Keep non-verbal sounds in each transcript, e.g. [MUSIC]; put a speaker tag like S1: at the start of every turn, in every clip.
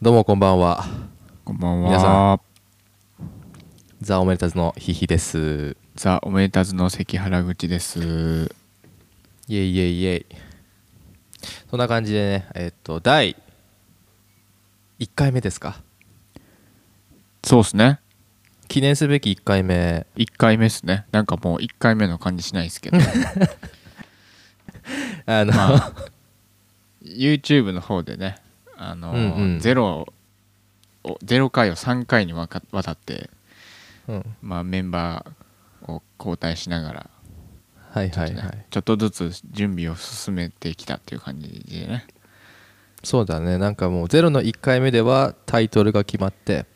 S1: どうもこんばんは
S2: こんばんは。
S1: 皆さザ・オメルタズのヒヒです
S2: ザ・おめでたずの関原口です。
S1: イエイイエイイエイそんな感じでねえっと第1回目ですか
S2: そうっすね。
S1: 記念すべき1回目
S2: 1回目っすね。なんかもう1回目の感じしないです
S1: [LAUGHS]
S2: けど。
S1: あの、
S2: まあ YouTube の方でね、あのー、
S1: うんうん
S2: ゼロを、ゼロ回を3回にわかわたって、
S1: [LAUGHS] うん
S2: まあメンバーを交代しながら、
S1: はいはいはい、
S2: ちょっとずつ準備を進めてきたっていう感じでね。
S1: そうだねなんかもう「ゼロの1回目ではタイトルが決まって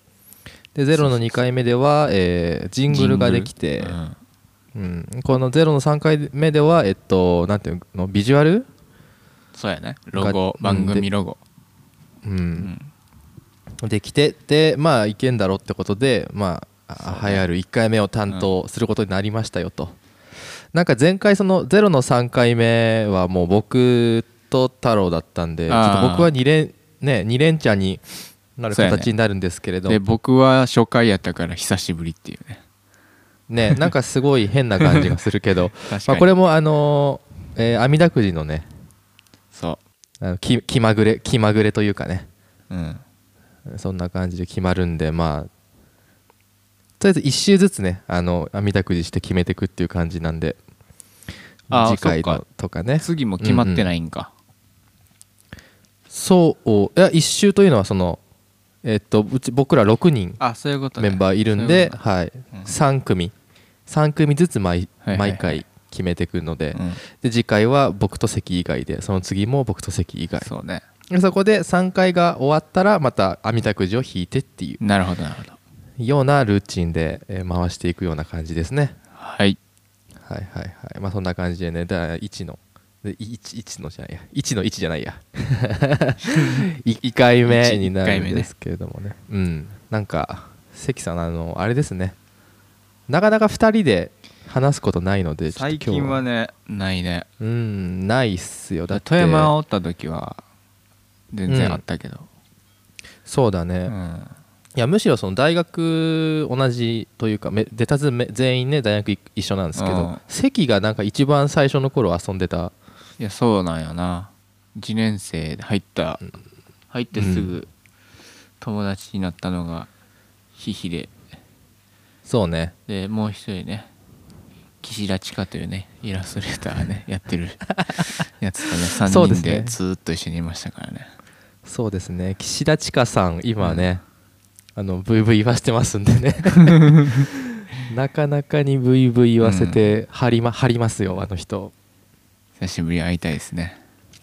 S1: で「ゼロの2回目では、えージングルができて、
S2: うん
S1: うんこの「ゼロの3回目ではえっとなんていうのビジュアル、
S2: そうやね。ロゴ
S1: う、ん
S2: 番組ロゴ。
S1: うん
S2: うん
S1: できてでまあいけんだろってことでまあ、
S2: そうね
S1: 流行る1回目を担当することになりましたよと、なんか前回その「ゼロの3回目はもう僕と太郎だったんでちょ
S2: あー
S1: っと僕は2連ね二連チャンになる
S2: そうやね
S1: 形になるんですけれども
S2: で、僕は初回やったから久しぶりっていうね。
S1: ねなんかすごい変な感じがするけど
S2: [LAUGHS] 確かに。
S1: まあこれもあのーえー阿弥陀くじのね
S2: そ
S1: あの気気まぐれ気まぐれというかね
S2: う。うん。
S1: そんな感じで決まるんでまあとりあえず1周ずつねあの阿弥陀くじして決めていくっていう感じなんで
S2: あー
S1: 次回
S2: そっ
S1: の
S2: か
S1: とかね
S2: 次も決まってないんか。
S1: そういや1周というのはそのえっとうち僕ら6人
S2: あ、そういうこと
S1: メンバーいるんで、はい
S2: うん
S1: 3組3組ずつ毎
S2: はいはいはい
S1: 毎回決めていくので、
S2: うん
S1: で次回は僕と関以外でその次も僕と関以外
S2: そうね。
S1: でそこで3回が終わったらまた阿弥陀くじを引いてっていう
S2: なるほど、なるほど。
S1: ようなルーチンでえー回していくような感じですね
S2: はい。
S1: はいはいはいまあそんな感じでねだ1ので1 1のじゃないや1の1じゃ
S2: [LAUGHS]
S1: ないや1回目になるんですけれどもねうんなんか関さんあのあれですねなかなか2人で話すことないのでちょっと
S2: 最
S1: 今日
S2: 近はね、ないね。
S1: うんないっすよだって
S2: 富山おった時は、全
S1: うん
S2: 然あったけど。
S1: そうだね、
S2: うん
S1: いやむしろその大学同じというかめ出たずめ全員ね大学い一緒なんですけど、
S2: うん
S1: 関がなんか一番最初の頃遊んでた
S2: いや、そうなんやな。1年生で入った、入ってすぐ友達になったのが、ヒヒで。
S1: そうね
S2: で、もう一人ね、岸田千佳というね、イラストレーターね、や [LAUGHS] ってるやつとね、
S1: そう
S2: 3
S1: です
S2: 人
S1: ね
S2: でずーっと一緒にいましたからね。
S1: そうですね岸田千佳さん今ね、あの VV 言わせてますんで
S2: [LAUGHS]
S1: ねなかなかに VV 言わせて張り,、ま張りますよあの人
S2: 久しぶりに会いたいですね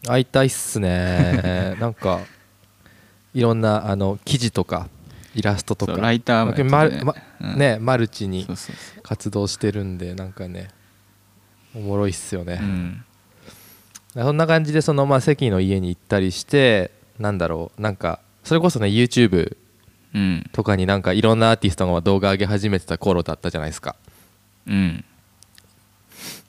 S1: 会いたいっす
S2: [LAUGHS]
S1: ねなんかいろんなあの記事とかイラストと
S2: そう
S1: か
S2: ライターもやって
S1: ま
S2: たね
S1: るま
S2: うん
S1: ねマルチに
S2: そうそうそ
S1: 活動してるんでなんかねおもろいっすよね
S2: う、う、ん、
S1: そんな感じでそのまあ関の家に行ったりしてなんだろうなんかそれこそね YouTube
S2: うん
S1: とかになんかいろんなアーティストが動画上げ始めてた頃だったじゃないですか
S2: うん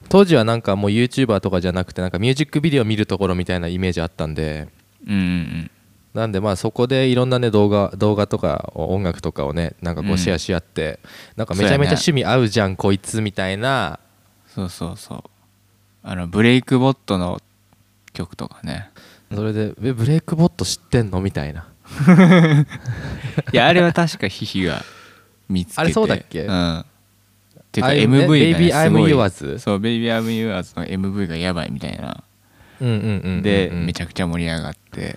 S1: 当時はなんかもう YouTuber とかじゃなくてなんかミュージックビデオ見るところみたいなイメージあったんで
S2: うんうん
S1: なんでまあそこでいろんなね動画動画とか音楽とかをねなんかこ
S2: う
S1: うんシェアし合って、なんかめちゃめちゃ趣味合うじゃんこいつみたいな
S2: そうそうそうあのブレイクボットの曲とかね
S1: それでえブレイクボット知ってんのみたいない
S2: やあれは確かヒヒが見つけて
S1: あれそうだっけ
S2: うんっていうか
S1: ああいう
S2: MV が、ね
S1: ね Baby
S2: すごい
S1: I'm Yours
S2: そう「Baby I'm Yours」の MV がやばいみたいな
S1: うんうんうんうんうん
S2: で、めちゃくちゃ盛り上がって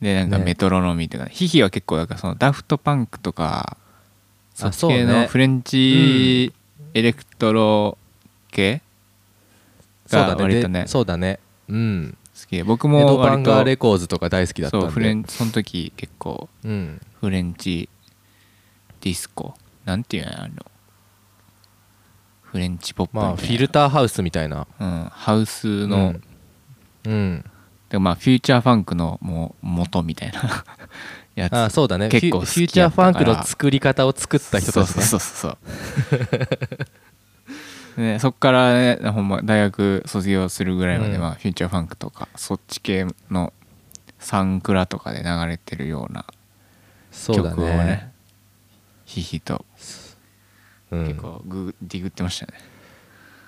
S2: でなんか
S1: ね
S2: メトロノミーとか、ヒヒは結構だからそのダフトパンクとかそ
S1: あ
S2: っち系
S1: そうね
S2: のフレンチエレクトロ系
S1: そうだ
S2: が
S1: ね
S2: 割と
S1: で
S2: ね好
S1: そうだねうん
S2: きで僕
S1: エ
S2: も
S1: ドバン
S2: 割
S1: ガー
S2: と
S1: レコーズとか大好きだったんで
S2: そうフレンその時結構
S1: うん
S2: フレンチディスコなんていうのあのフレンチポップみた
S1: ま
S2: いな
S1: あフィルターハウスみたいな
S2: うん、ハウスの、
S1: うん、うん
S2: でまあフューチャーファンクのもう元みたいなやつ
S1: あそうだね
S2: 結構
S1: フ
S2: 好
S1: ュフュー
S2: き
S1: チャ
S2: や
S1: ー
S2: っ
S1: フ
S2: たか
S1: ァ
S2: ら
S1: ンクの作り方を作った人たちね
S2: そうそうそう。 [LAUGHS] ね、そっからねほんま大学卒業するぐらいまで、
S1: うん
S2: まあ、フューチャーファンクとかそっち系のサンクラとかで流れてるような
S1: そうだ
S2: 曲を
S1: ね
S2: ねひひと
S1: うん
S2: 結構ググディグってましたね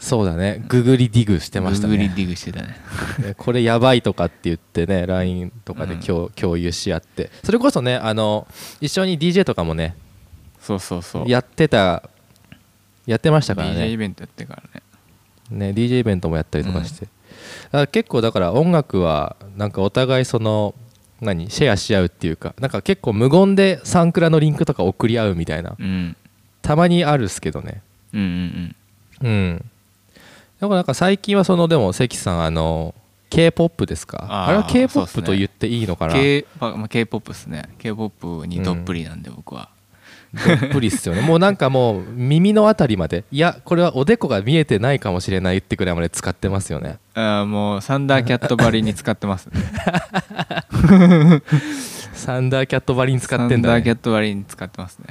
S1: そうだねググリディグしてました
S2: ググリデ
S1: ね
S2: ィグしてたね
S1: ね [LAUGHS] これやばいとかって言ってね LINE とかで
S2: うん
S1: 共,、共有し合ってそれこそねあの一緒に DJ とかもね
S2: そうそうそう
S1: やってたやってましたから
S2: DJ イ
S1: ね
S2: ベントやってからね
S1: ね DJ イベントもやったりとかして、だから結構だから音楽はなんかお互いその何シェアし合うっていうかなんか結構無言でサンクラのリンクとか送り合うみたいな
S2: うん
S1: たまにあるっすけどね
S2: うんうん
S1: うんだからなんか最近はそのでも関さんあの k p o p ですか
S2: あ
S1: あ
S2: ー
S1: れは k p
S2: そう
S1: o
S2: っす
S1: p
S2: ね
S1: と言っていいのか
S2: うん
S1: な、
S2: K- まあまあ K-POP っすね K-POP にどっぷりなんで僕は
S1: どっぷりっすよねもうなんかもう耳のあたりまでいやこれはおでこが見えてないかもしれないってくらいまで使ってますよね
S2: あーもうサンダーキャットばりに使ってますね
S1: サンダーキャットバリに使ってん
S2: サン
S1: だ、
S2: ダーキ
S1: ね
S2: ャッ、トばりに使ってますね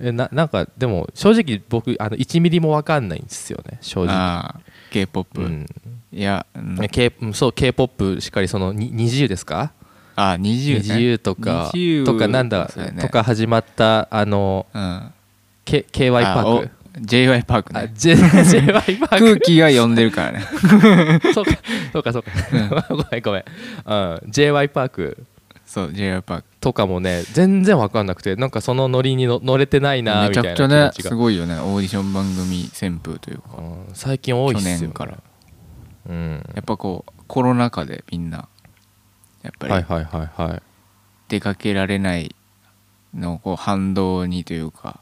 S1: えななんかでも正直僕あの1ミリも分かんないんですよね正直、
S2: ああ K-POP、
S1: うん
S2: いや、うん
S1: ね K うんそう k p o p しっかりそのに20ですか
S2: あ二20ね
S1: 20とか
S2: 20
S1: とかなんだ
S2: そうやね
S1: とか始まったあの
S2: うん
S1: K y パーク
S2: あお JY パーク
S1: あ
S2: ね
S1: J y パーク
S2: 空気が呼んでるからね [LAUGHS]
S1: そうかそうかそうか、 [LAUGHS] ごめんごめん、うん、j y パーク
S2: そう JY パーク
S1: とかもね全然わかんなくてなんかそのノリにの乗れてないな
S2: め
S1: み
S2: ち
S1: た
S2: ゃ
S1: いな
S2: く
S1: 気
S2: ちゃ
S1: 持
S2: ね
S1: ちが、
S2: すごいよねオーディション番組旋風というか
S1: うん最近多いっ
S2: 去
S1: すよ、ね、
S2: 年から
S1: うん
S2: やっぱこうコロナ禍でみんなやっぱ
S1: はい
S2: り
S1: はいはいはい
S2: 出かけられないのをこう反動にというか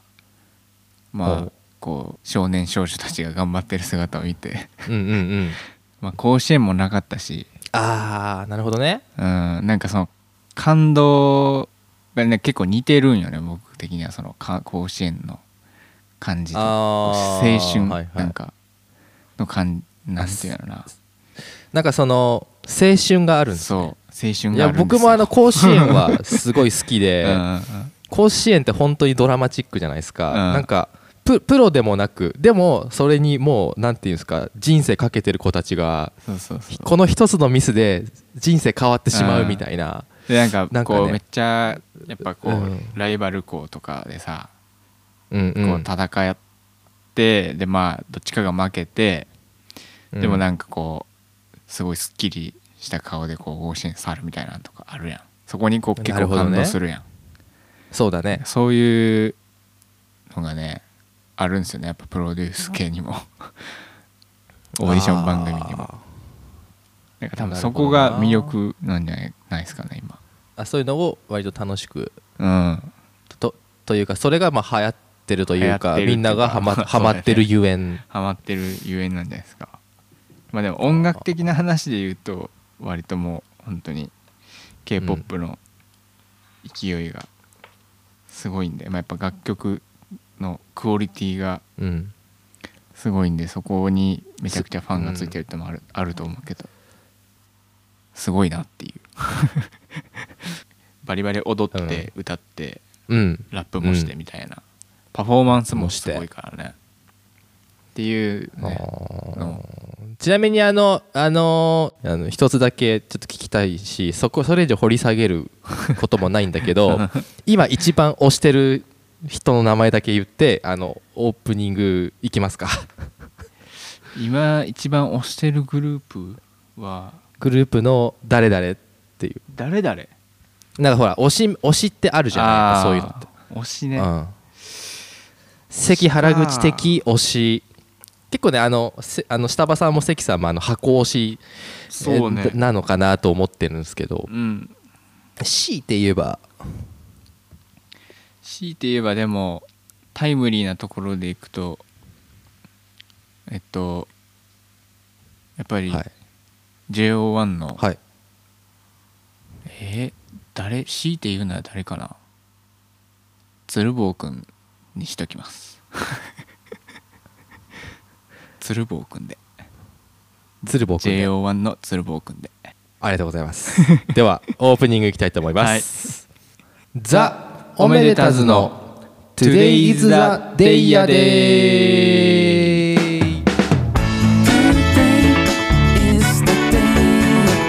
S1: ほ
S2: まあ
S1: う
S2: こう少年少女たちが頑張ってる姿を見て
S1: うんうんうん
S2: まあ甲子園もなかったし
S1: ああなるほどね
S2: うんなんかその感動がね結構似てるんよね僕的にはそのか甲子園の感じと
S1: あ
S2: 青
S1: ー
S2: 春
S1: はいはい
S2: なんかの感なんていうのか
S1: なんかその青春があるん
S2: な
S1: です
S2: そう青春
S1: い
S2: が
S1: や
S2: あるんですよ
S1: 僕もあの甲子園
S2: [LAUGHS]
S1: はすごい好きで、
S2: うんうんうん
S1: 甲子園って本当にドラマチックじゃないですか、
S2: うん
S1: なんかププロでもなくでもそれにもうなんていうんですか人生かけてる子たちが
S2: そうそうそう
S1: この一つのミスで人生変わってしまうみたいな、
S2: でなんかこう
S1: なんかね
S2: めっちゃやっぱこう、
S1: うん
S2: ライバル校とかでさ
S1: うん
S2: こう戦って、でまあどっちかが負けて、
S1: うん
S2: でもなんかこうすごいすっきりした顔でこう甲子園去るみたいなのとかあるやんそこにこう結
S1: なるほ
S2: 構
S1: どね
S2: 感動するやん
S1: そうだね
S2: そういうのがねあるんですよねやっぱプロデュース系にもオーディション番組にも
S1: あ
S2: なんか多分そこが魅力なんじゃないないですかね今
S1: ーあそういうのを割と楽しく
S2: うん
S1: とというかそれがまあ流行ってるというか
S2: 流行ってるっていう
S1: み
S2: か
S1: んながハマ
S2: そうだね
S1: ハマってるゆえん
S2: ハマってるゆえんなんじゃないですかまあでも音楽的な話で言うと割ともう本当に k p o p の勢いがすごいんで、まあ、やっぱ楽曲のクオリティが
S1: うん
S2: すごいんでそこにめちゃくちゃファンがついてるってのもある,、あると思うけどすごいなっていう [LAUGHS] バリバリ踊って歌って
S1: うん
S2: ラップもしてみたいな、パフォーマンスもすごいからねっていう
S1: あ
S2: ね
S1: ー
S2: の
S1: ちなみにあの、あのーあの一つだけちょっと聞きたいしそこそれ以上掘り下げることもないんだけ [LAUGHS] ど今一番推してる人の名前だけ言ってあのオープニングいきますか
S2: 今一番推してるグループは
S1: [LAUGHS] グループの誰々っていう
S2: 誰誰
S1: なんかほら推し推しってあるじゃないそういうのって、
S2: 推しね、
S1: うん、関原口的推し結構ねあのせあの下場さんも関さんもあの箱推し
S2: そうね
S1: えなのかなと思ってるんですけど
S2: うん
S1: 強いて言えば
S2: 強いて言えばでもタイムリーなところでいくとえっとやっぱり
S1: はい
S2: JO1 の、
S1: はい
S2: えー誰強いて言うなら誰かな鶴房くんにしときます
S1: [LAUGHS]
S2: 鶴房くんで
S1: 鶴房君で
S2: JO1 の鶴房くんで
S1: ありがとうございます [LAUGHS] ではオープニングいきたいと思います、ザ・おめでたずの Today is the day ya day
S3: Today is the day, your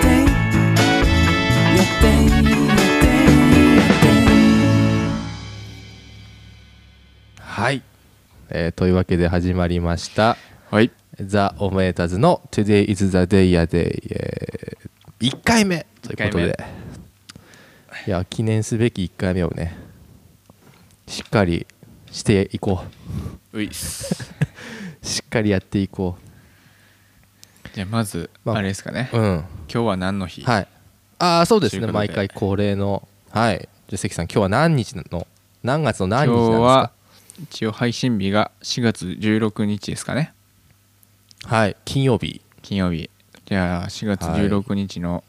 S3: day, your day, your day, your day.
S1: えーというわけで始まりました
S2: はい
S1: 「ザ・オメーターズ」の「Today is the day a day」えー、1回目ということ
S2: 一
S1: でいや記念すべき1回目をねしっかりしていこ
S2: ういっす
S1: うしっかりやっていこ
S2: じゃあまず
S1: まあ
S2: あれですかね、
S1: ううん
S2: 今日は何の日、
S1: はいああそうです
S2: と
S1: ね
S2: いうことで
S1: 毎回恒例のはいじゃあ関さん今日は何日の何月の何日
S2: 今
S1: なんです
S2: 日
S1: か
S2: は一応配信日が4月16日ですかね
S1: はい金曜日
S2: 金曜日じゃあ4月
S1: はい
S2: 16日の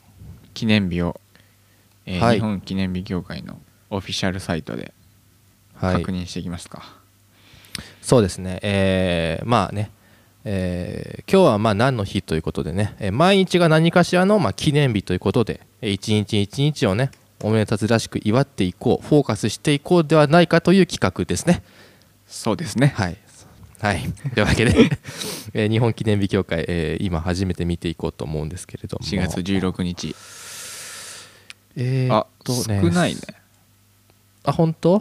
S2: 記念日を、えー
S1: はい
S2: 日本記念日協会のオフィシャルサイトで
S1: はい
S2: 確認していきますか、
S1: そうですね、えーまあね、えー今日はまあ何の日ということでね、えー毎日が何かしらのまあ記念日ということで、えー一日一日をね、おめでたずらしく祝っていこう、フォーカスしていこうではないかという企画ですね。
S2: そうですね
S1: はい、はい、というわけで、 [LAUGHS] えー日本記念日協会、えー今、初めて見ていこうと思うんですけれども、
S2: 4月16日
S1: えー
S2: あ
S1: っと
S2: 少
S1: ね
S2: ないね
S1: あ、本当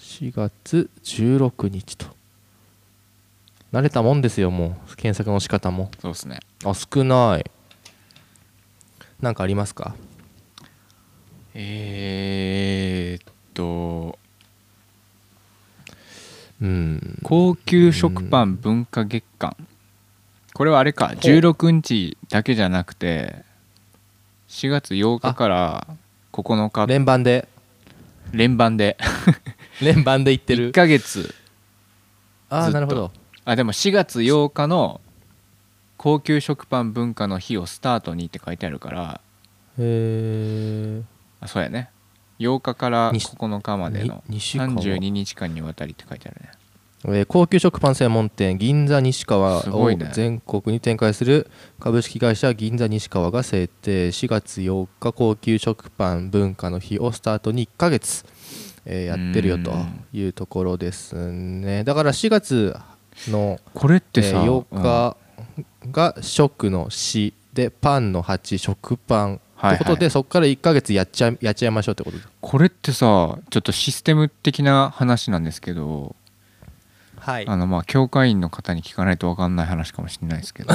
S1: ?4 月16日と。慣れたもんですよ、もう、検索の仕方も。
S2: そうですね
S1: あ少ないなんかありますか
S2: えー、っと
S1: うん
S2: 高級食パン文化月間、これはあれか
S1: う
S2: 16日だけじゃなくて4月8日から9日
S1: 連番で
S2: 連番で
S1: 連番で行って
S2: 1
S1: る
S2: ヶ月
S1: ああ
S2: ずっと
S1: なるほど
S2: あでも4月8日の高級食パン文化の日をスタートにって書いてあるから
S1: へ
S2: あそうやね8日から
S1: にし
S2: 9日までの
S1: に西川
S2: 32日間にわたりって書いてあるね
S1: えー高級食パン専門店銀座西川
S2: すご
S1: を
S2: いね
S1: 全国に展開する株式会社銀座西川が制定4月8日高級食パン文化の日をスタートに1ヶ月、えーやってるよというところですねだから4月の
S2: これって
S1: え
S2: さ、
S1: ー
S2: うん
S1: 8日が食の死でパンの8食パン
S2: はいはい
S1: ってことでそこから1ヶ月やっちゃいやっちゃいましょうってことで
S2: これってさちょっとシステム的な話なんですけど、
S1: はい
S2: あのまあ教会員の方に聞かないと分かんない話かもしれないですけ
S1: [LAUGHS]
S2: ど、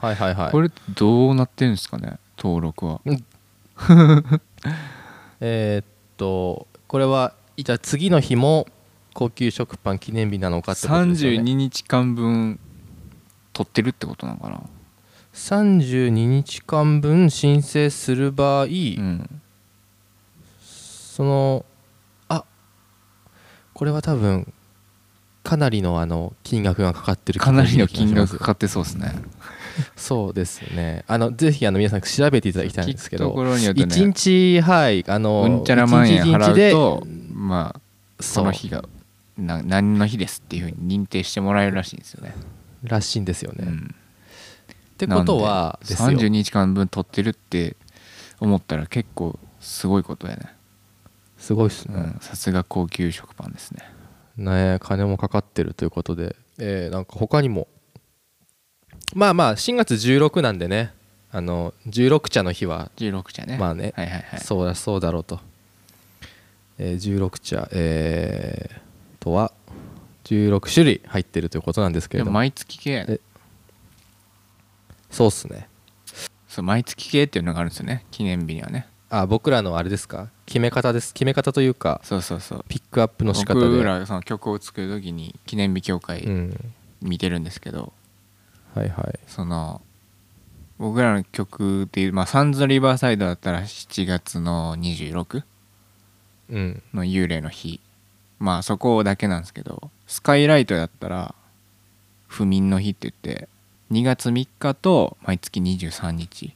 S1: はいはいはい
S2: これどうなってるんですかね登録は
S1: えーっとこれはじゃあ次の日も高級食パン記念日なのかってことです
S2: 32
S1: よね
S2: 日間分取ってるってことなのかな、
S1: 32日間分申請する場合、
S2: うん、
S1: そのあこれは多分かなりのあの金額がかかってる
S2: かなりの
S1: 記念日
S2: 金
S1: な気がします
S2: 額かかってそうですね
S1: そうですね。あのぜひあの皆さん調べていただきたいんですけ
S2: 聞くとこ
S1: ど、
S2: ろによって
S1: 一、
S2: ね
S1: 日はいあの
S2: うんちゃら万円
S1: 一日一日
S2: 払う
S1: で
S2: とまあ
S1: そ
S2: こ
S1: う
S2: の日がな何の日ですっていうふうに認定してもらえるらしいんですよね。
S1: らしいんですよね。っ
S2: うん
S1: てことはです
S2: 32
S1: よ。
S2: 日間分取ってるって思ったら結構すごいことやね
S1: すごいです
S2: う
S1: ね。
S2: んさすが高級食パンですね
S1: ねえ金もかかってるということで、えーなんか他にもまあまあ4月16なんでね、あの16茶の日は
S2: 16茶ね
S1: まあね
S2: はいはいはい
S1: そうだそうだろうと、えー16茶、えーあとは16種類入ってるということなんですけれ
S2: で
S1: ど
S2: も
S1: も、
S2: 毎月系やね
S1: えそうっすね。
S2: そう毎月系っていうのがあるんですよね記念日にはね
S1: あ僕らのあれですか決め方です決め方というか
S2: そうそうそう
S1: ピックアップの仕方で
S2: 僕らその曲を作る時に記念日協
S1: う
S2: 会
S1: ん、
S2: 見てるんですけど、
S1: はいはい
S2: その僕らの曲っていう、まあ、サンズ・リバーサイドだったら7月の26
S1: うん
S2: の幽霊の日まあそこだけなんですけどスカイライトだったら不眠の日って言って2月3日と毎月23日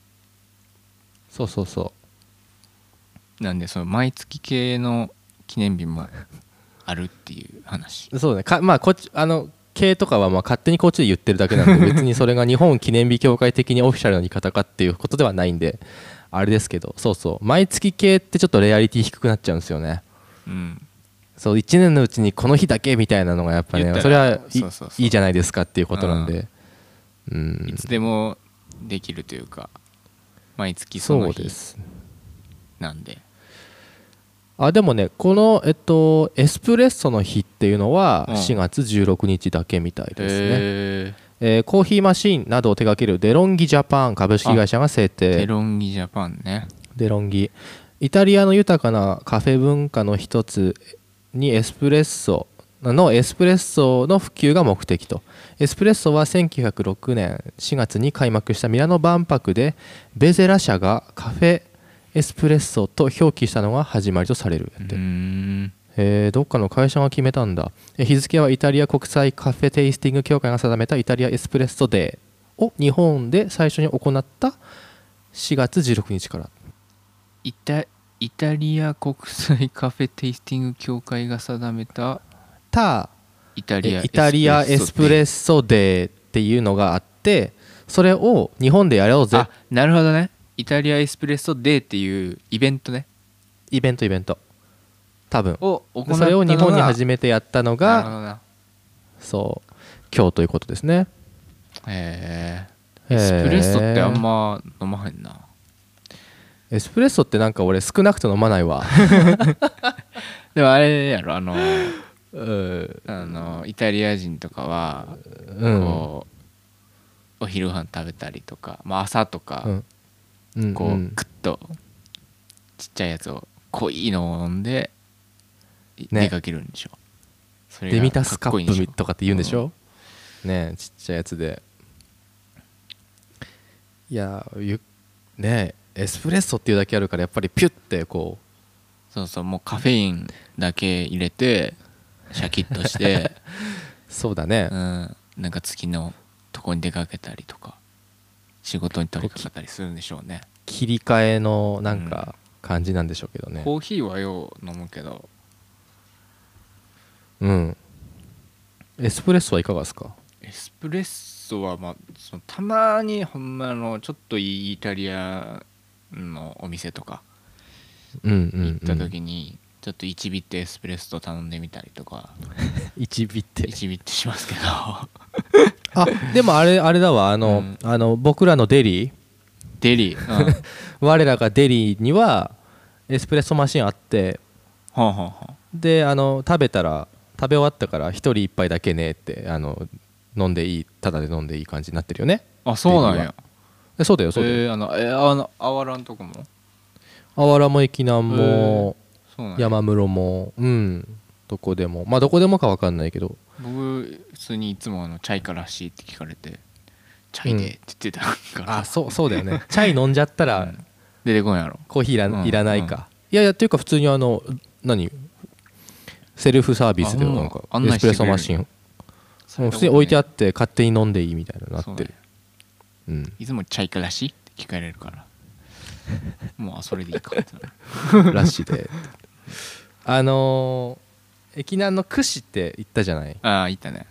S1: そうそうそ
S2: なんでその毎月系の記念日もあるっていう話
S1: うそうねかまあこっちあの系とかはまあ勝手にこっちで言ってるだけなん [LAUGHS] で別にそれが日本記念日協会的にオフィシャルの言い方かっていうことではないんであれですけどそうそう毎月系ってちょっとレアリティ低くなっちゃうんですよね
S2: うん
S1: そう1年のうちにこの日だけみたいなのがやっぱ
S2: 言っ
S1: ね
S2: たら
S1: それはい
S2: そうそうそう
S1: いいじゃないですかっていうことなんでうん
S2: いつでもできるというか毎月そ
S1: そ
S2: の
S1: う
S2: 日
S1: です
S2: なんで
S1: あでもねこの、えっと、エスプレッソの日っていうのは
S2: うん
S1: 4月16日だけみたいですね、
S2: え
S1: えーコーヒーマシーンなどを手掛けるデロンギジャパン株式会社が制
S2: ー、テ
S1: 定
S2: ロンギジャパンね
S1: デロンギイタリアの豊かなカフェ文化の一つにエスプレッソのエスプレッソの普及が目的とエスプレッソは1906年4月に開幕したミラノ万博でベゼラ社がカフェエスプレッソと表記したのが始まりとされる
S2: う
S1: って
S2: ーん
S1: えーどっかの会社が決めたんだえ日付はイタリア国際カフェテイスティング協会が定めたイタリアエスプレッソデーを日本で最初に行った4月16日から
S2: イタイタリア国際カフェテイスティング協会が定めた
S1: た
S2: イタリア
S1: えイタリアエスプレ
S2: ッ
S1: ッソデーっていうのがあってそれを日本でやろう
S2: ソ
S1: ぜ
S2: あなるほどねイタリアエスプレッソデーっていうイベントね
S1: イベントイベント多分
S2: を行ったの
S1: そ
S2: が
S1: れを日本に初めてやったの
S2: なるほ
S1: が
S2: どな
S1: そう今日ということですね
S2: へえエスプレッソってあんま飲まへんな
S1: エスプレッソってなんか俺少なくと飲まない
S2: [LAUGHS]
S1: わ
S2: でもあれやろあの
S1: うん
S2: あのイタリア人とかは
S1: うん
S2: こう、お昼飯食べたりとか、まあ、朝とか、
S1: うんうん
S2: こう、
S1: うん
S2: クッとちっちゃいやつを濃いのを飲んで、い
S1: ね
S2: 出かけるんでしょそれが
S1: デミタスカ
S2: かっこいいんでしょ
S1: ップとかって言うんでしょ、ねえちっちゃいやつでいやゆねえエスプレッソっていうだけあるからやっぱりピュッてこ
S2: そうそうもうカフェインだけ入れてシャキッ
S1: [LAUGHS]
S2: として、
S1: うそうだね
S2: う、ん、なんか月のとこに出かけたりとか仕事に取り掛かったりするんでしょうね
S1: 切り替えのなんか感じなんでしょうけどね
S2: コーヒーはよう飲むけど
S1: うんエスプレッソはいかがですか
S2: エスプレッソは、まあ、そのたまにほんまあのちょっといいイタリアのお店とか
S1: うんうん、うん、
S2: 行った時に、ちょっと1ビットエスプレッソ頼んでみたりとか
S1: 1ビって
S2: 1ビットしますけど
S1: あでもあれあれだわあの,、
S2: うん
S1: あの僕らのデリー
S2: デリー、 [LAUGHS] うん、
S1: 我らがデリーにはエスプレッソマシンあって
S2: ほんほんほん
S1: であの食べたら食べ終わったから一人一杯だけねってあの飲んでいいただで飲んでいい感じになってるよね
S2: あそうなんや
S1: でそうだよそうだよ、
S2: えー、あのえーあのあわらんとこも
S1: あわらも駅南も
S2: そうなんや
S1: 山室もうんどこでもまあどこでもか分かんないけど
S2: 僕普通にいつもあのチャイからしいって聞かれてチャイでって言ってたから、
S1: あそうそうだよねチャイ飲んじゃったら
S2: [LAUGHS] うん出てこんやろ
S1: コーヒーいら,、
S2: うん
S1: いらないかいやいやっていうか普通にあの何セルフサービスで
S2: あほんま
S1: なんか
S2: 案
S1: エ
S2: 内
S1: ス
S2: して
S1: プ
S2: くれ
S1: レ
S2: る
S1: ッソマシンもう普通に置いてあって勝手に飲んでいいみたいなのになってるうん
S2: いつもチャイカだしって聞かれるから。 [LAUGHS] もうあそれでいいかってなる。 [LAUGHS]
S1: ラッシュであのー駅南の串って言ったじゃない
S2: ああ、いたね。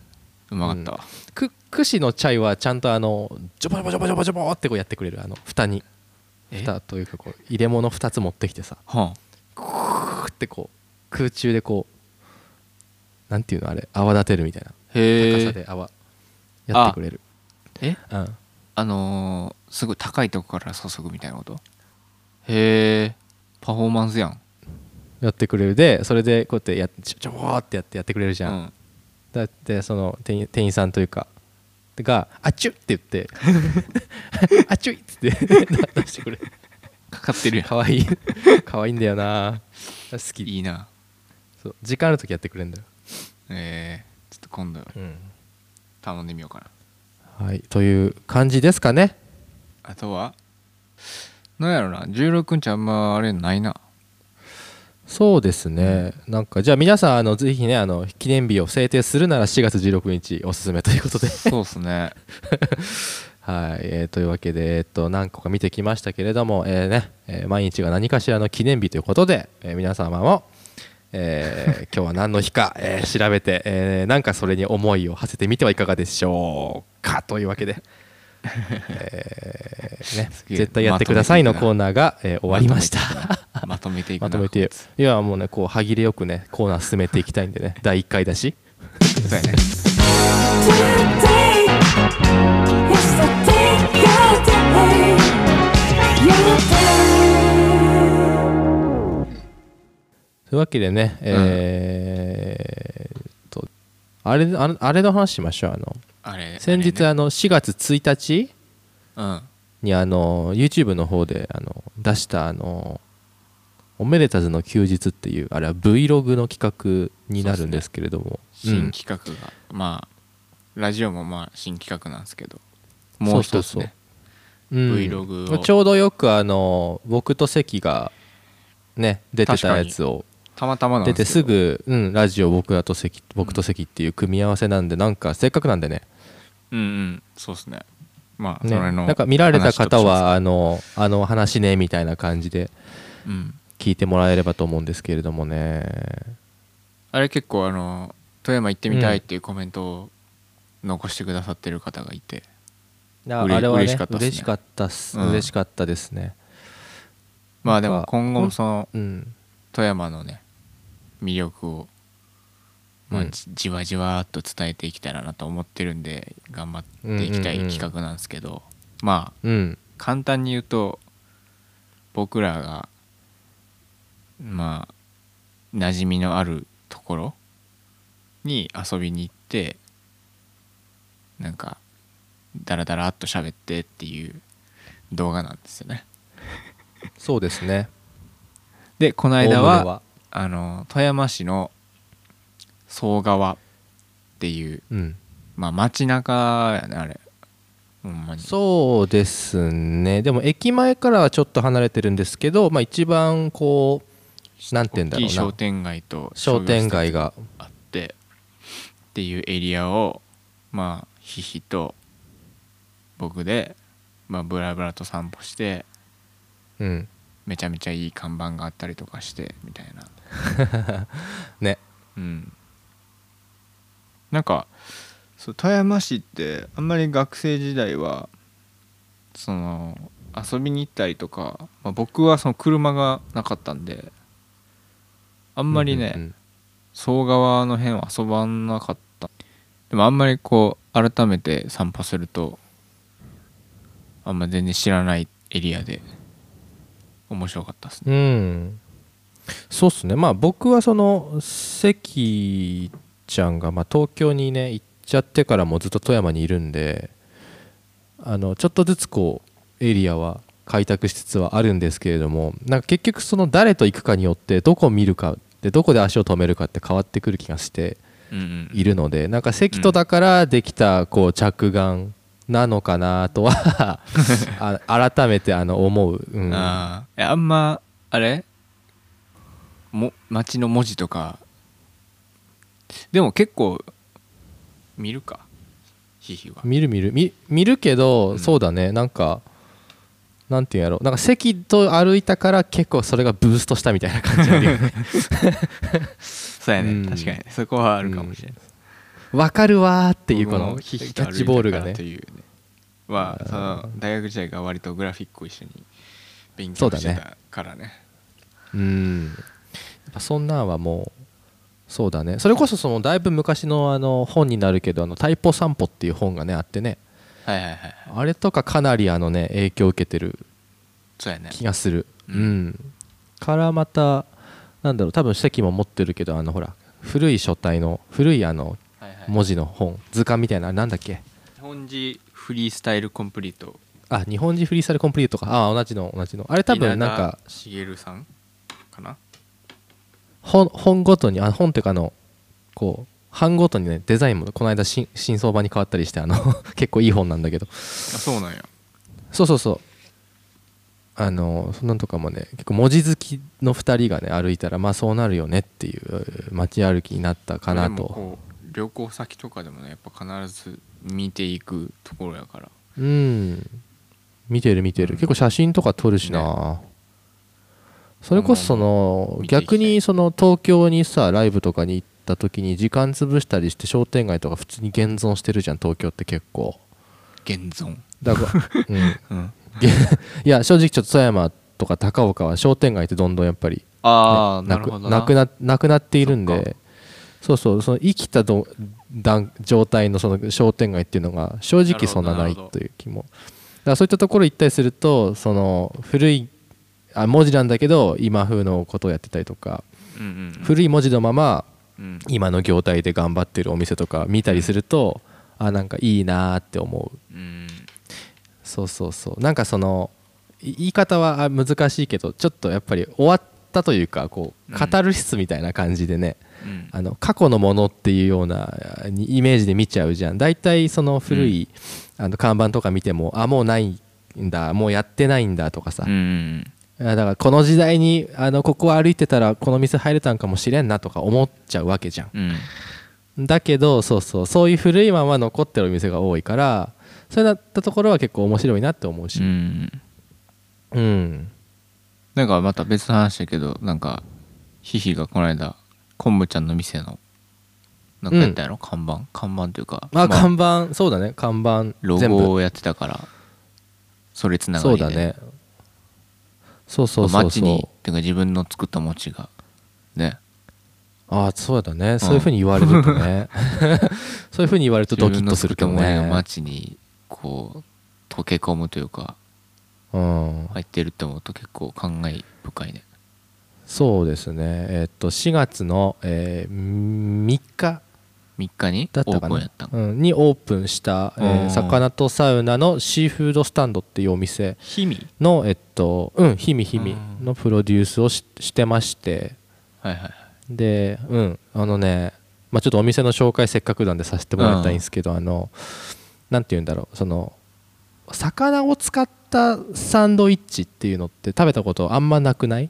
S2: うまかったわ。
S1: く串のチャイはちゃんとあのジョボジョボジョボジョボジョボってこうやってくれるあの蓋に
S2: え
S1: 蓋というかこう入れ物2つ持ってきてさ
S2: は
S1: クってこう空中でこうなんていうのあれ泡立てるみたいな
S2: あ、
S1: 高
S2: へ
S1: さ
S2: え。
S1: で泡やってくれる
S2: え
S1: うん
S2: あのー、すごい高いとこから注ぐみたいなことへえ。パフォーマンスやん。
S1: やってくれるでそれでこうやってやっちょちょぼーってやってやってくれるじゃん、
S2: うん。
S1: だってその店員店員さんというかが「あっちゅっ!」って言って「あっちゅい!」っつって出してくれ
S2: かかってるやん。
S1: かわいいかわいいんだよな好き
S2: いいな。
S1: そう時間ある時やってくれるんだよ、
S2: ええ。ちょっと今度頼んでみようかな。
S1: はいという感じですかね
S2: あとはなんやろな。16日あんまあれないな。
S1: そうですねなんかじゃあ皆さんあのぜひねあの記念日を制定するなら4月16日おすすめということで
S2: そうっすね。
S1: はい、えーというわけで、えっと何個か見てきましたけれども、えーねえー毎日が何かしらの記念日ということで、えー皆様も、えー [LAUGHS] 今日は何の日か、えー調べて、えーなんかそれに思いを馳せてみてはいかがでしょうかというわけで、えー [LAUGHS] ね、
S2: すげえ
S1: 絶対やってくださいのコーナーが、えー [LAUGHS] 終わりました。
S2: まとめていくな。
S1: [LAUGHS] まとめて、いやもうね、こう歯切れよくね、コーナー進めていきたいんでね、第1回だし。
S2: そうやね。
S3: Today is the day, your day, your day.
S1: いうわけでね、えーっとあれあのあれの話しましょうあの
S2: あれ
S1: 先日
S2: あ
S1: あの4月1日
S2: れね
S1: にあの YouTube の方であの出したあの「おめでたずの休日」っていうあれは Vlog の企画になるんですけれども
S2: うん、
S1: うん
S2: 新企画が、まあラジオもまあ新企画なんですけど
S1: そ
S2: もう
S1: うそ
S2: 一
S1: う
S2: つ
S1: そう
S2: ね
S1: うん
S2: Vlog を
S1: ちょうどよくあの僕と関がね出てたやつを
S2: たまたまなん
S1: 出
S2: で
S1: て
S2: すけ
S1: す
S2: ど
S1: ぐ、うん、ラジオ僕らと関僕と関っていう組み合わせなんでなんかせっかくなんでね
S2: うんうんそうですねまあ、
S1: ね
S2: それの
S1: なんか見られた方
S2: 話
S1: はあのあの話ねみたいな感じで
S2: とします、うん、
S1: 聞いてもらえればと思うんですけれどもね
S2: あれ結構あの富山行ってみたいっていうコメントを残してくださってる方がいて、
S1: な
S2: うれ
S1: あれはね
S2: 嬉しかったっす
S1: 嬉しか
S2: ね
S1: ったっす
S2: うん
S1: 嬉しかったですね
S2: まあで
S1: なん
S2: も
S1: か
S2: 今後もその
S1: うん
S2: 富山のね魅力を、まあ
S1: うん
S2: じじわじわっと伝えていけたらなと思ってるんで頑張っていきたい企画なんですけど、まあ
S1: うん
S2: 簡単に言うと僕らがまあ馴染みのあるところに遊びに行ってなんかダラダラっと喋ってっていう動画なんですよね。
S1: そうですね
S2: でこの
S1: 大
S2: 間
S1: 物
S2: はあの富山市の総川っていう
S1: うん
S2: まあ街中やねあれほんまに
S1: そうですねでも駅前からはちょっと離れてるんですけど、まあ、一番こうなんて言うんだろ
S2: 大きいう商
S1: な
S2: 店街と
S1: 商店
S2: が
S1: 街が
S2: あってっていうエリアをまあヒヒと僕で、まあ、ブラブラと散歩して
S1: うん
S2: めちゃめちゃいい看板があったりとかしてみたいな [LAUGHS]
S1: ね
S2: うんなんかそう富山市ってあんまり学生時代はその遊びに行ったりとか、まあ、僕はその車がなかったんであ
S1: あ
S2: んまりね、総川の辺は遊ばなかったでもあんまりこう改めて散歩するとあんま全然知らないエリアで面白かったですね
S1: うんそうっすねまあ僕はその関ちゃんがまあ東京にね行っちゃってからもずっと富山にいるんであのちょっとずつこうエリアは開拓しつつはあるんですけれどもなんか結局その誰と行くかによってどこを見るかでどこで足を止めるかって変わってくる気がして
S2: うんうん
S1: いるのでなんか関とだからできたこう着眼なのかなと
S2: [LAUGHS]
S1: はあ改めてあの思う、うん、
S2: あーえあんまあれも街の文字とかでも結構見るかヒヒは
S1: 見る見る見見るけど、
S2: うん
S1: そうだねなんかなんていうんやろなんか席と歩いたから結構それがブーストしたみたいな感じある
S2: [LAUGHS]
S1: よね
S2: そうやね、
S1: うん
S2: 確かにそこはあるかもしれない、
S1: わかるわーっていうこ
S2: 僕
S1: の
S2: も
S1: キ
S2: ヒ
S1: ャ
S2: ヒと歩い
S1: ッ
S2: た
S1: チボールが
S2: から
S1: ね
S2: というねまあその大学時代が割とグラフィックを一緒に勉
S1: そ
S2: 強
S1: うだ
S2: し
S1: ね
S2: てたからね
S1: うんやっぱそんなんはもうそうだねそれこそそのだいぶ昔のあの本になるけど「あのタイポ散歩」っていう本がねあってね
S2: はいはいはい
S1: あれとかかなりあのね影響を受けてる
S2: そうやね
S1: 気がする、う
S2: うんん
S1: からまたなんだろう多分席も持ってるけどあのほら古い書体の古いあの
S2: はいはい
S1: 文字の本図鑑みたいななんだっけ
S2: 日本字フリースタイルコンプリート
S1: あ日本字フリースタイルコンプリートかあ同じの同じのあれ多分なんか
S2: 稲田茂さんかな
S1: 本本ごとにあ本っていうかあのこう版ごとにねデザインもこの間新新装版に変わったりしてあの [LAUGHS] 結構いい本なんだけど
S2: あそうなんや
S1: そうそうそうあのそんなんとかもね結構文字好きの2人がね歩いたらまあそうなるよねっていう街歩きになったかな
S2: でも
S1: と
S2: こう旅行先とかでもねやっぱ必ず見ていくところやから
S1: うん見てる見てる、
S2: うん
S1: 結構写真とか撮るしな、それこそその
S2: 見ていきた
S1: 逆
S2: い
S1: にその東京にさライブとかに行った時に時間潰したりして商店街とか普通に現存してるじゃん東京って結構
S2: 現存
S1: だからうん [LAUGHS] い
S2: うん
S1: や正直ちょっと富山とか高岡は商店街ってどんどんやっぱり
S2: ああ、
S1: ね
S2: なるほど
S1: なくななくなっているんでそうそうその生きたど段状態のその商店街っていうのが正直そんなない
S2: なるほど
S1: という気もだからそういったところ行ったりするとその古いあ文字なんだけど今風のことをやってたりとか
S2: うんうん
S1: 古い文字のまま
S2: うん
S1: 今の業態で頑張ってるお店とか見たりするとあなんかいいなーって思う
S2: うん
S1: そうそうそうなんかそのい言い方はあ難しいけどちょっとやっぱり終わったというかこう
S2: うん
S1: カタルシスみたいな感じでね、
S2: うん
S1: あの過去のものっていうようなあにイメージで見ちゃうじゃん大体その古い、あの看板とか見てもあもうないんだもうやってないんだとかさ、
S2: うん
S1: いやだからこの時代にあのここを歩いてたらこの店入れたんかもしれんなとか思っちゃうわけじゃん
S2: うん
S1: だけどそうそうそういう古いまま残ってるお店が多いからそれだったところは結構面白いなって思う
S2: う
S1: し
S2: ん
S1: うん、
S2: なんかまた別の話だけどなんかヒヒがこの間昆布ちゃんの店のなんかやったやろ、看板看板というか
S1: あ、
S2: まあ
S1: 看板そうだね看板
S2: ロ
S1: 全
S2: ゴ
S1: 部
S2: をやってたからそれつなが
S1: そ
S2: り
S1: う
S2: で
S1: だねそうそう
S2: こう
S1: そう
S2: 街
S1: そ
S2: に
S1: う
S2: っていうか自分の作った餅がね
S1: あそうだねそういうふうに言われると
S2: [LAUGHS]
S1: ねそういうふうに言われるとドキッとするけど
S2: 自分の作った餅が
S1: ね
S2: 街にこう溶け込むというか
S1: うん
S2: 入ってるって思うと結構感慨深いね
S1: そうですねえっと4月の、えー3日
S2: 3日に
S1: だっ
S2: オ
S1: た
S2: ー
S1: か
S2: プン
S1: な
S2: やったん
S1: うん、にオープンした、えー
S2: うん
S1: 魚とサウナのシーフードスタンドっていうお店
S2: 氷見
S1: のえっとうんひみひみ
S2: うん
S1: のプロデュースをししてまして
S2: はいはいはい
S1: でうんあのね、まあ、ちょっとお店の紹介せっかくなんでさせてもらいたいんですけど、あのなんて言うんだろうその魚を使ったサンドイッチっていうのって食べたことあんまなくない、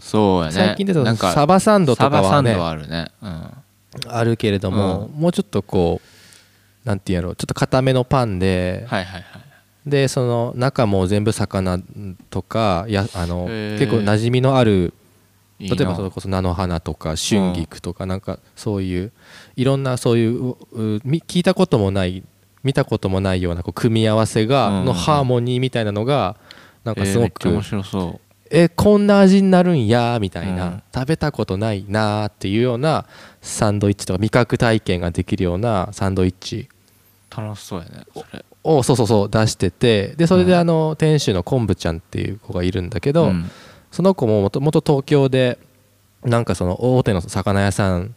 S2: そうやね
S1: 最近で
S2: な
S1: た
S2: んか
S1: サバサンドとか
S2: サバサ
S1: は
S2: ン
S1: ね
S2: ドはあるねうん
S1: あるけれども、もうちょっとこうなんて言うんやろうちょっと固めのパンで、
S2: はいはいはい
S1: でその中も全部魚とかやあの
S2: へー
S1: 結構馴染みのある
S2: いい
S1: 例
S2: な
S1: えばそれこそ菜の花とか春菊とかなんかそういういろんなそういううみ聞いたこともない見たこともないようなこう組み合わせ
S2: うんう
S1: が
S2: ん
S1: のハーモニーみたいなのがなんかすごく
S2: えーめっちゃ面白そ
S1: えこんな味になるんやみたいな、
S2: うん
S1: 食べたことないなーっていうようなサンドイッチとか味覚体験ができるようなサンドイッチ
S2: う楽しそうやねそれ
S1: をそうそうそう出しててでそれ
S2: う
S1: で
S2: ん
S1: あの店主の昆布ちゃんっていう子がいるんだけど、
S2: うん
S1: その子ももともと東京でなんかその大手の魚屋さん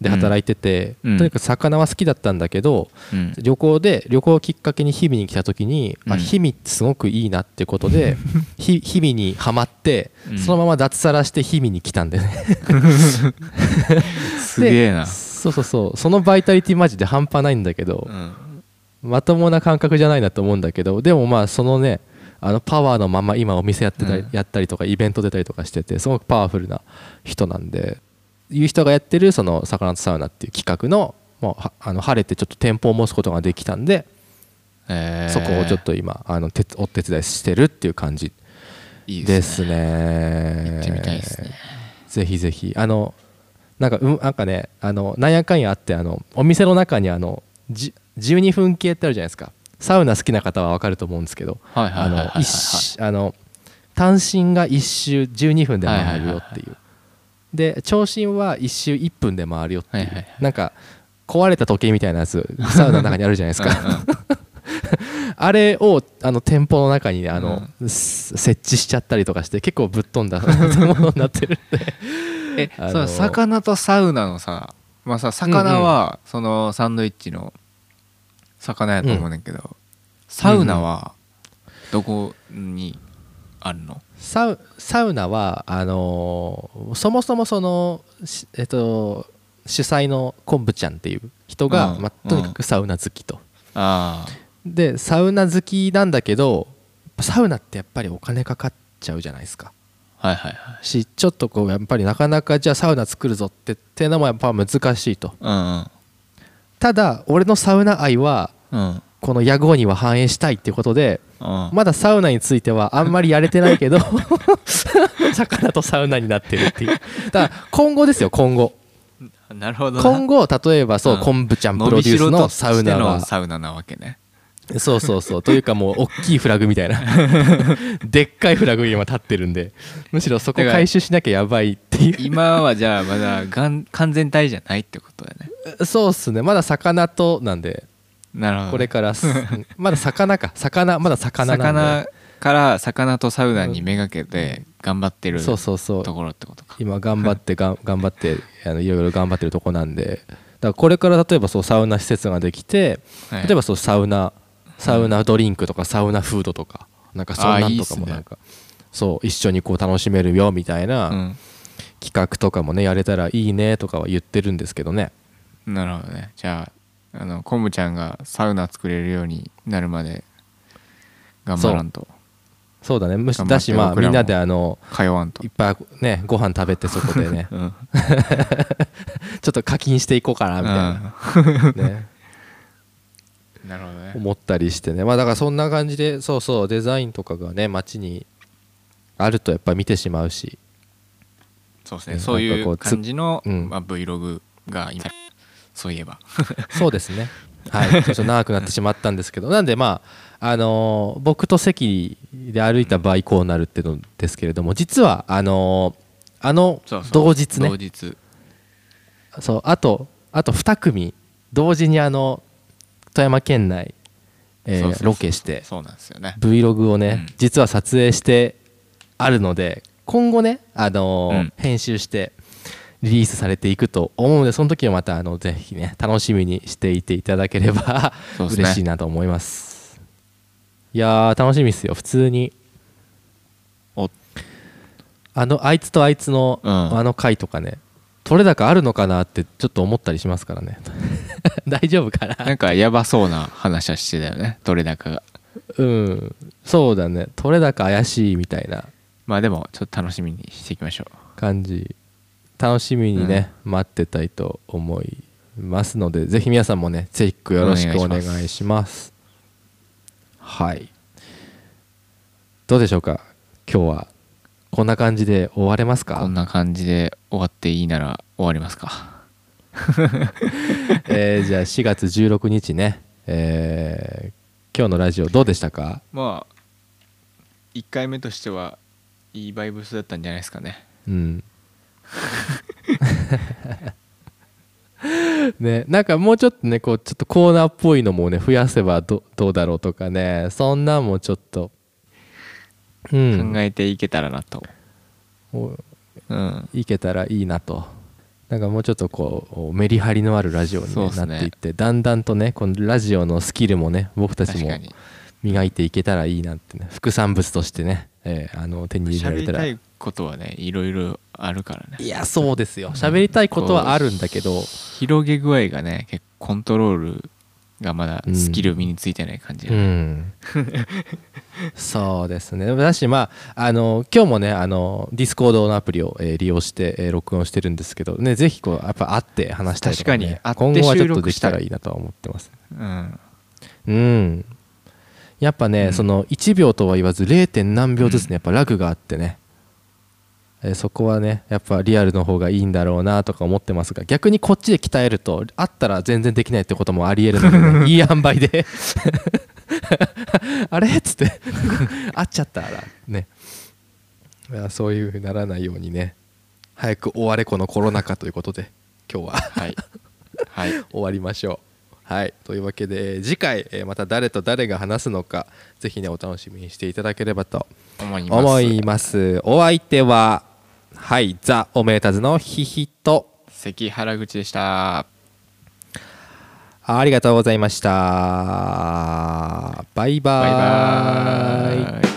S1: で働いてて、
S2: うん
S1: とにかく魚は好きだったんだけど、
S2: うん
S1: 旅行で旅行をきっかけに氷見に来た時に、
S2: う
S1: あ
S2: ん
S1: 氷見ってすごくいいなってこと
S2: [LAUGHS]
S1: でひ氷見にはまって、
S2: うん
S1: そのまま脱サラして氷見に来たんだよね
S2: すげえな
S1: でそうそうそうそのバイタリティマジで半端ないんだけど
S2: う、ん
S1: まともな感覚じゃないなと思うんだけどでもまあそのねあのパワーのまま今お店やってたり,、
S2: うん
S1: やったりとかイベント出たりとかしててすごくパワフルな人なんでいう人がやってるその「魚とサウナ」っていう企画のもうはあの晴れてちょっと店舗を持つことができたんで、
S2: えー
S1: そこをちょっと今あのてつお手伝いしてるっていう感じ
S2: いい
S1: で
S2: ですね
S1: すね。
S2: 行ってみたいですね
S1: ぜひぜひあのなんかうんなんかねあのなんやかんやあってあのお店の中にあのじ12分計ってあるじゃないですかサウナ好きな方はわかると思うんですけど
S2: はいは
S1: あ
S2: いはいはい
S1: の
S2: はい
S1: 一周あの単身が1周12分で回るよ
S2: は
S1: っ
S2: いはいは
S1: ていうで長身は1周1分で回るよってい
S2: はいはいう
S1: なんか壊れた時計みたいなやつサウナの中にあるじゃないですか [LAUGHS] あれをあの店舗の中にねあの、す設置しちゃったりとかして結構ぶっ飛んだ [LAUGHS] ものになってるんで
S2: え、
S1: あの
S2: その魚とサウナのさまあさ魚はそのサンドイッチの魚やと思うねんけど、サウナはどこにあるの、
S1: サウサウナはあのーそもそもその、しえっと、主催の昆布ちゃんっていう人が、
S2: うん
S1: まあとにかくサウナ好きと、
S2: ああ
S1: でサウナ好きなんだけどサウナってやっぱりお金かかっちゃうじゃないですか
S2: はいはいはい
S1: しちょっとこうやっぱりなかなかじゃあサウナ作るぞってってのもやっぱ難しいと
S2: う
S1: ただ俺のサウナ愛は
S2: んうんうん
S1: この屋号には反映したいってことで
S2: うん
S1: まだサウナについてはあんまりやれてないけど [LAUGHS] 魚とサウナになってるっていうだから今後ですよ今後
S2: なるほどな
S1: 今後例えばそう
S2: うん
S1: 昆布ちゃんプ
S2: 伸
S1: ロ
S2: び
S1: デュー
S2: し
S1: ス
S2: ろ
S1: の
S2: と
S1: サ
S2: サ
S1: ウ
S2: ウ
S1: ナ
S2: ナ
S1: は
S2: のサウナなわけね
S1: そうそうそうというかもう大きいフラグみたい [LAUGHS] なでっかいフラグが今立ってるんでむしろそこ回収しなきゃやばいっていう
S2: 今はじゃあまだがん完全体じゃないってことだね
S1: そうっすねまだ魚となんで
S2: なるほど
S1: これからすまだ魚か魚まだ魚なんで
S2: 魚から魚とサウナにめがけて頑張ってる
S1: そう
S2: と
S1: そうそう
S2: ころってことか
S1: 今頑張ってがん [LAUGHS] 頑張ってあのいろいろ頑張ってるとこなんでだからこれから例えばそうサウナ施設ができて
S2: はい
S1: 例えばそうサウナサウナドリンクとかサウナフードとかなんかそん
S2: あ
S1: な
S2: ーい
S1: ん
S2: い
S1: と
S2: っす
S1: か
S2: ね
S1: もなんかそう一緒にこう楽しめるよみたいうなん企画とかもねやれたらいいねとかは言ってるんですけどね
S2: なるほどねじゃああのコムちゃんがサウナ作れるようになるまで頑張らんと
S1: そうだねむし
S2: 頑張って
S1: だしまあ
S2: 僕ら
S1: み
S2: も
S1: んなであの
S2: 通わんと
S1: いっぱいねご飯食べてそこ
S2: [LAUGHS]
S1: でね
S2: うんうん
S1: ちょっと課金していこうかなみたいな
S2: な
S1: ね
S2: るほどね
S1: 思ったりしてねまあだからそんな感じでそうそうデザインとかがね街にあるとやっぱ見てしまうし
S2: そうです
S1: う
S2: ね
S1: ん
S2: そ
S1: な
S2: う
S1: ん
S2: い
S1: かこ
S2: う
S1: うつ
S2: 感じの、
S1: うん
S2: まあ、Vlog が今そういえば
S1: そうです
S2: [LAUGHS]
S1: ねはいちょっと長くなってしまったんですけどなんでまああのー僕と席で歩いた場合こうなるってのですけれども実はあのーあの
S2: そうそう
S1: 同日ね
S2: 同日
S1: そうあとあと2組同時にあの富山県内、えー
S2: そうそうそう
S1: ロケして
S2: そうなんですよね
S1: Vlog をね、
S2: うん
S1: 実は撮影してあるので今後ね、あのー
S2: うん
S1: 編集してリリースされていくと思うのでその時はまたあのぜひね楽しみにしていていただければ、
S2: そうですね
S1: 嬉しいなと思いますいやー楽しみですよ普通に
S2: お
S1: あのあいつとあいつの、
S2: うん
S1: あの回とかね取れ高あるのかなってちょっと思ったりしますからね [LAUGHS] 大丈夫か
S2: [LAUGHS]
S1: な
S2: なんかやばそうな話はしてたよねどれだかが
S1: うんそうだね取れ高怪しいみたいな
S2: まあでもちょっと楽しみにしていきましょ
S1: 感じ楽しみにね、待ってたいと思いますのでぜひ皆さんもねチェックよろしくお願いしますはいどうでしょうか今日はこんな感じで終われます
S2: うこ
S1: か
S2: ん、な感じで終わっていいなら終わりますか
S1: えーじゃあ4月16日ね、えー今日のラジオどうでしたか
S2: まあ1回目としてはいいバイブスだったんじゃないですかね
S1: うん。 [LAUGHS] ね、なんかもうちょっとねこうちょっとコーナーっぽいのもね増やせばどどうだろうとかねそんなんもちょっと、うん、
S2: 考えていけたらなと
S1: お
S2: うん
S1: いけたらいいなとなんかもうちょっとこうおメリハリのあるラジオに
S2: そう
S1: ね、
S2: っす
S1: な
S2: ね
S1: っていってだんだんとねこのラジオのスキルもね僕たち
S2: 確
S1: も
S2: かに
S1: 磨いていけたらいいなってね副産物としてね、えーあの手に入れら
S2: 喋
S1: れ
S2: り
S1: たら
S2: たいことはねいろいろあるからね
S1: いやそうですよ喋りたいことはあるんだけど、
S2: 広げ具合がね結構コントロールがまだスキル身についてない感じ、
S1: うん [LAUGHS] そうですねだしまああの今日もねあのディスコードのアプリを、えー利用して、えー録音してるんですけどねぜひこうやっぱ会って話したいとか、ね、
S2: 確かに会って
S1: 今後はちょっと
S2: 収録
S1: で
S2: し
S1: き
S2: たい
S1: たらいいなとは思ってます
S2: うん
S1: うんやっぱね、
S2: うん
S1: その1秒とは言わず 0. 点何秒ずつねやっぱラグがあってね、えーそこはねやっぱリアルの方がいいんだろうなとか思ってますが逆にこっちで鍛えるとあったら全然できないってこともありえるのでね、
S2: [LAUGHS]
S1: いい塩梅で [LAUGHS] あれっつって [LAUGHS] 会っちゃったらねいやそういうふうにならないようにね早く終われこのコロナ禍ということで今日は
S2: [LAUGHS] はいはい
S1: 終わりましょう。はい、というわけで、えー次回、えーまた誰と誰が話すのかぜひねお楽しみにしていただければと
S2: 思います
S1: 思いますお相手ははいザ・オメータズのヒヒと
S2: 関原口でした
S1: ありがとうございましたバイバ
S2: バ
S1: バイバ
S2: イ
S1: ーイ
S2: バーイ